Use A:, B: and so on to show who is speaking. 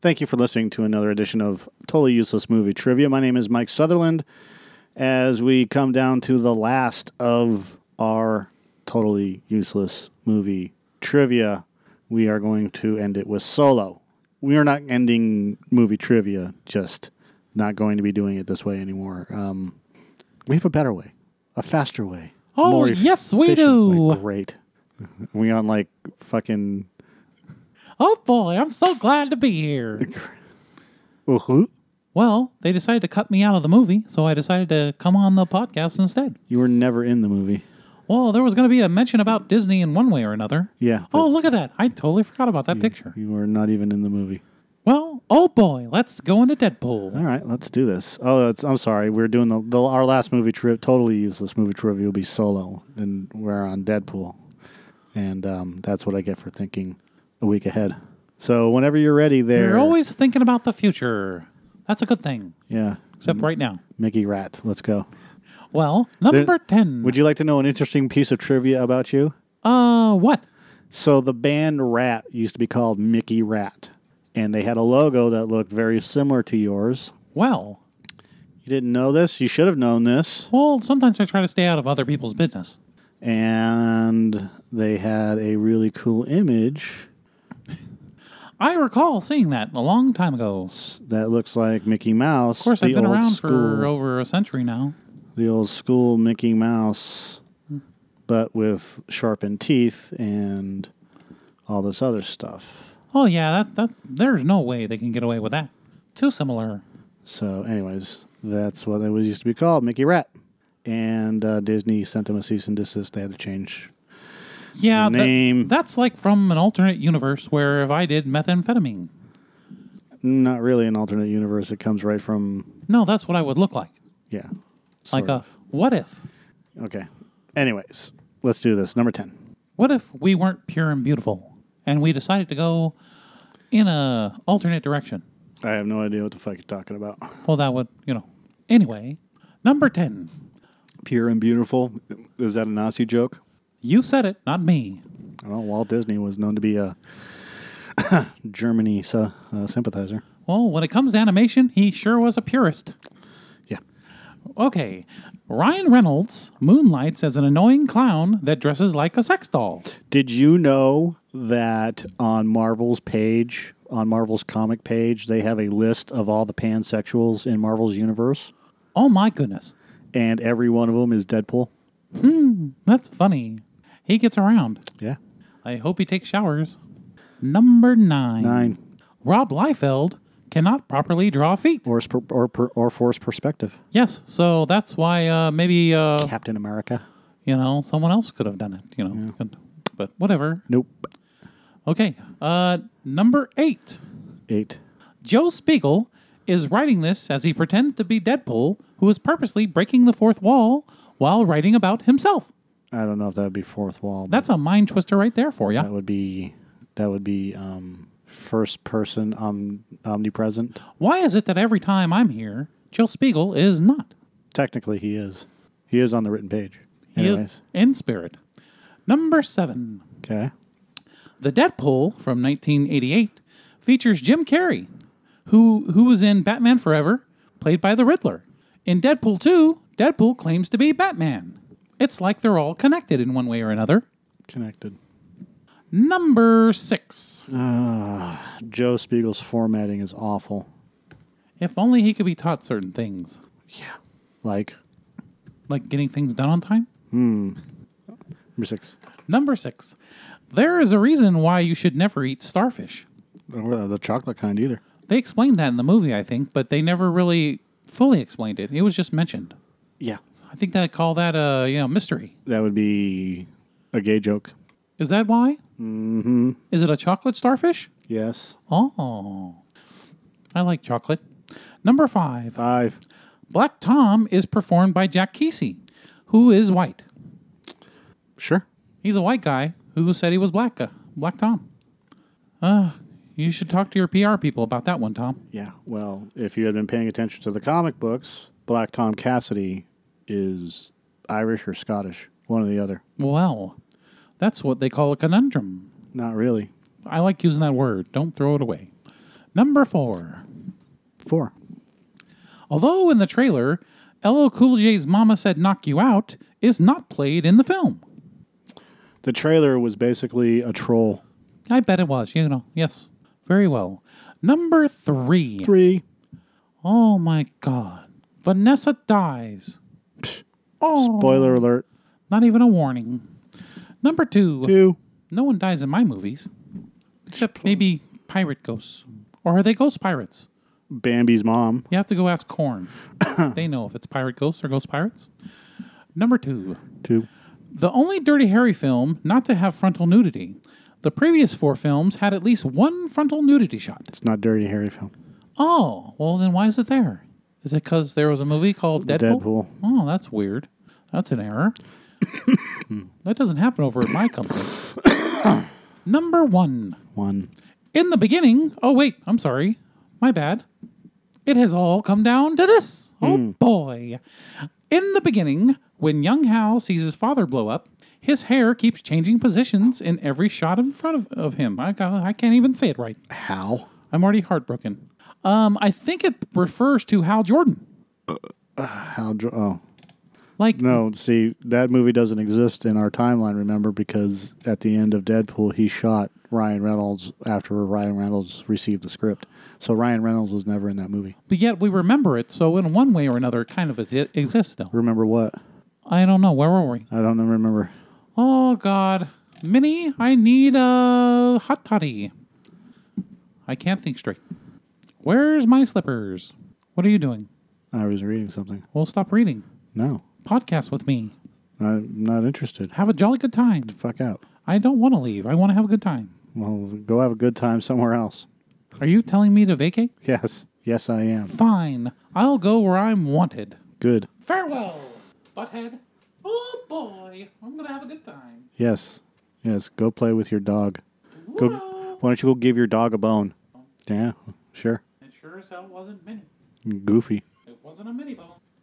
A: Thank you for listening to another edition of Totally Useless Movie Trivia. My name is Mike Sutherland. As we come down to the last of our Totally Useless Movie Trivia, we are going to end it with Solo. We are not ending movie trivia, just not going to be doing it this way anymore. Um, we have a better way, a faster way.
B: Oh,
A: more
B: yes, we
A: efficient way.
B: do.
A: Great. We on like fucking.
B: Oh boy, I'm so glad to be here.
A: Uh-huh.
B: Well, they decided to cut me out of the movie, so I decided to come on the podcast instead.
A: You were never in the movie.
B: Well, there was going to be a mention about Disney in one way or another.
A: Yeah. but
B: Oh, look at that. I totally forgot about that picture.
A: You were not even in the movie.
B: Well, oh boy, let's go into Deadpool.
A: All right, let's do this. Oh, it's, I'm sorry. We're doing the, the our last movie trip. Totally useless movie trivia will be Solo, and we're on Deadpool, and um, that's what I get for thinking a week ahead. So whenever you're ready, there.
B: You're always thinking about the future. That's a good thing,
A: yeah.
B: except right now.
A: Mickey Rat, let's go.
B: Well, number 10.
A: Would you like to know an interesting piece of trivia about you?
B: Uh, what?
A: So the band Rat used to be called Mickey Rat, and they had a logo that looked very similar to yours.
B: Well,
A: You didn't know this. You should have known this.
B: well, sometimes I try to stay out of other people's business.
A: and they had a really cool image
B: I recall seeing that a long time ago. Of
A: that looks like Mickey Mouse. Of
B: course, I've been around
A: school,
B: for over a century now.
A: the old school Mickey Mouse, but with sharpened teeth and all this other stuff.
B: Oh yeah, that, that there's no way they can get away with that. Too similar.
A: So, anyways, that's what it was used to be called, Mickey Rat. And uh, Disney sent them a cease and desist. They had to change.
B: Yeah,
A: The
B: that-
A: name.
B: that's like from an alternate universe where if I did methamphetamine,
A: Not really an alternate universe. It comes right from
B: no, that's what I would look like.
A: yeah.
B: Like
A: sort
B: a what if?
A: of. okay. Anyways, let's do this. Number ten.
B: What if we weren't pure and beautiful, and we decided to go in a alternate direction?
A: I have no idea what the fuck you're talking about.
B: Well, that would you know. Anyway, number ten.
A: Pure and beautiful. Is that a Nazi joke?
B: You said it, not me.
A: Well, Walt Disney was known to be a Germany sy- uh, sympathizer.
B: Well, when it comes to animation, he sure was a purist.
A: Yeah.
B: Okay, Ryan Reynolds moonlights as an annoying clown that dresses like a sex doll.
A: Did you know that on Marvel's page, on Marvel's comic page, they have a list of all the pansexuals in Marvel's universe,
B: Oh my goodness,
A: and every one of them is Deadpool?
B: that's funny. He gets around.
A: Yeah.
B: I hope he takes showers. Number nine.
A: Nine
B: Rob Liefeld cannot properly draw feet.
A: or sp- or per- or force perspective.
B: Yes, so that's why uh, maybe uh,
A: Captain America.
B: you know someone else could have done it. You know, But- but whatever.
A: Nope.
B: Okay, uh, number eight.
A: Eight.
B: Joe Spiegel is writing this as he pretends to be Deadpool, who is purposely breaking the fourth wall while writing about himself.
A: I don't know if that would be fourth wall. but-
B: That's a mind twister right there for
A: That
B: you.
A: would be that would be um, first person om- omnipresent.
B: Why is it that every time I'm here, Joe Spiegel is not?
A: Technically, he is. He is on the written page.
B: He
A: Anyways,
B: is in spirit. Number seven.
A: okay.
B: The Deadpool from 1988 features Jim Carrey, who who was in Batman Forever, played by the Riddler. In Deadpool 2, Deadpool claims to be Batman. It's like they're all connected in one way or another.
A: Connected.
B: Number 6.
A: Joe Spiegel's formatting is awful.
B: If only he could be taught certain things,
A: Yeah. Like
B: like getting things done on time.
A: number six.
B: Number 6. There is a reason why you should never eat starfish.
A: Or the chocolate kind either.
B: They explained that in the movie, I think, but they never really fully explained it. It was just mentioned.
A: Yeah.
B: I think they call that a, you know, mystery.
A: That would be a gay joke.
B: Is that why? Mm-hmm. Is it a chocolate starfish?
A: Yes.
B: Oh, I like chocolate. Number five,
A: Five.
B: Black Tom is performed by Jack Kesey, who is white.
A: Sure.
B: He's a white guy who said he was black. Uh, black Tom. Uh, you should talk to your PR people about that one, Tom.
A: Yeah. Well, if you had been paying attention to the comic books, Black Tom Cassidy is Irish or Scottish, one or the other.
B: Well, that's what they call a conundrum.
A: Not really.
B: I like using that word. Don't throw it away. Number four.
A: Four.
B: Although in the trailer, LL Cool J's Mama Said Knock You Out is not played in the film.
A: The trailer was basically a troll.
B: I bet it was, you know. Yes. Very well. Number three.
A: Three.
B: Oh my God. Vanessa dies. Oh,
A: Spoiler alert.
B: not even a warning. Number two.
A: Two.
B: No one dies in my movies, except maybe pirate ghosts. Or are they ghost pirates?
A: Bambi's mom.
B: You have to go ask Corn. they know if it's pirate ghosts or ghost pirates. Number two,
A: Two.
B: the only Dirty Harry film not to have frontal nudity. The previous four films had at least one frontal nudity shot.
A: It's not Dirty Harry film.
B: Oh, well, then why is it there? Is it because there was a movie called Deadpool?
A: Deadpool.
B: Oh, that's weird. That's an error. that doesn't happen over at my company. Number one.
A: One.
B: In the beginning, oh wait, I'm sorry. My bad. It has all come down to this. Oh boy. In the beginning, when young Hal sees his father blow up, his hair keeps changing positions in every shot in front of, of him. I, ca- I can't even say it right.
A: How?
B: I'm already heartbroken. Um, I think it refers to Hal Jordan.
A: How? dr- Oh.
B: Like,
A: No, see, that movie doesn't exist in our timeline, remember, because at the end of Deadpool, he shot Ryan Reynolds after Ryan Reynolds received the script. So Ryan Reynolds was never in that movie.
B: but yet we remember it. So in one way or another, it kind of it exists though.
A: Remember what?
B: I don't know. Where were we?
A: I don't remember.
B: Oh God, Minnie, I need a hot toddy. I can't think straight. Where's my slippers? What are you doing?
A: I was reading something.
B: Well, stop reading.
A: No,
B: Podcast with me.
A: I'm not interested.
B: Have a jolly good time.
A: Fuck out.
B: I don't want to leave. I want to have a good time.
A: Well, go have a good time somewhere else.
B: Are you telling me to vacate?
A: Yes. Yes, I am.
B: Fine. I'll go where I'm wanted.
A: Good.
B: Farewell, butthead. Oh boy, I'm gonna have a good time.
A: Yes. Yes. Go play with your dog. Go, why don't you go give your dog a bone? Yeah, sure.
B: It sure as hell wasn't Minnie.
A: Goofy.
B: It wasn't a mini bone.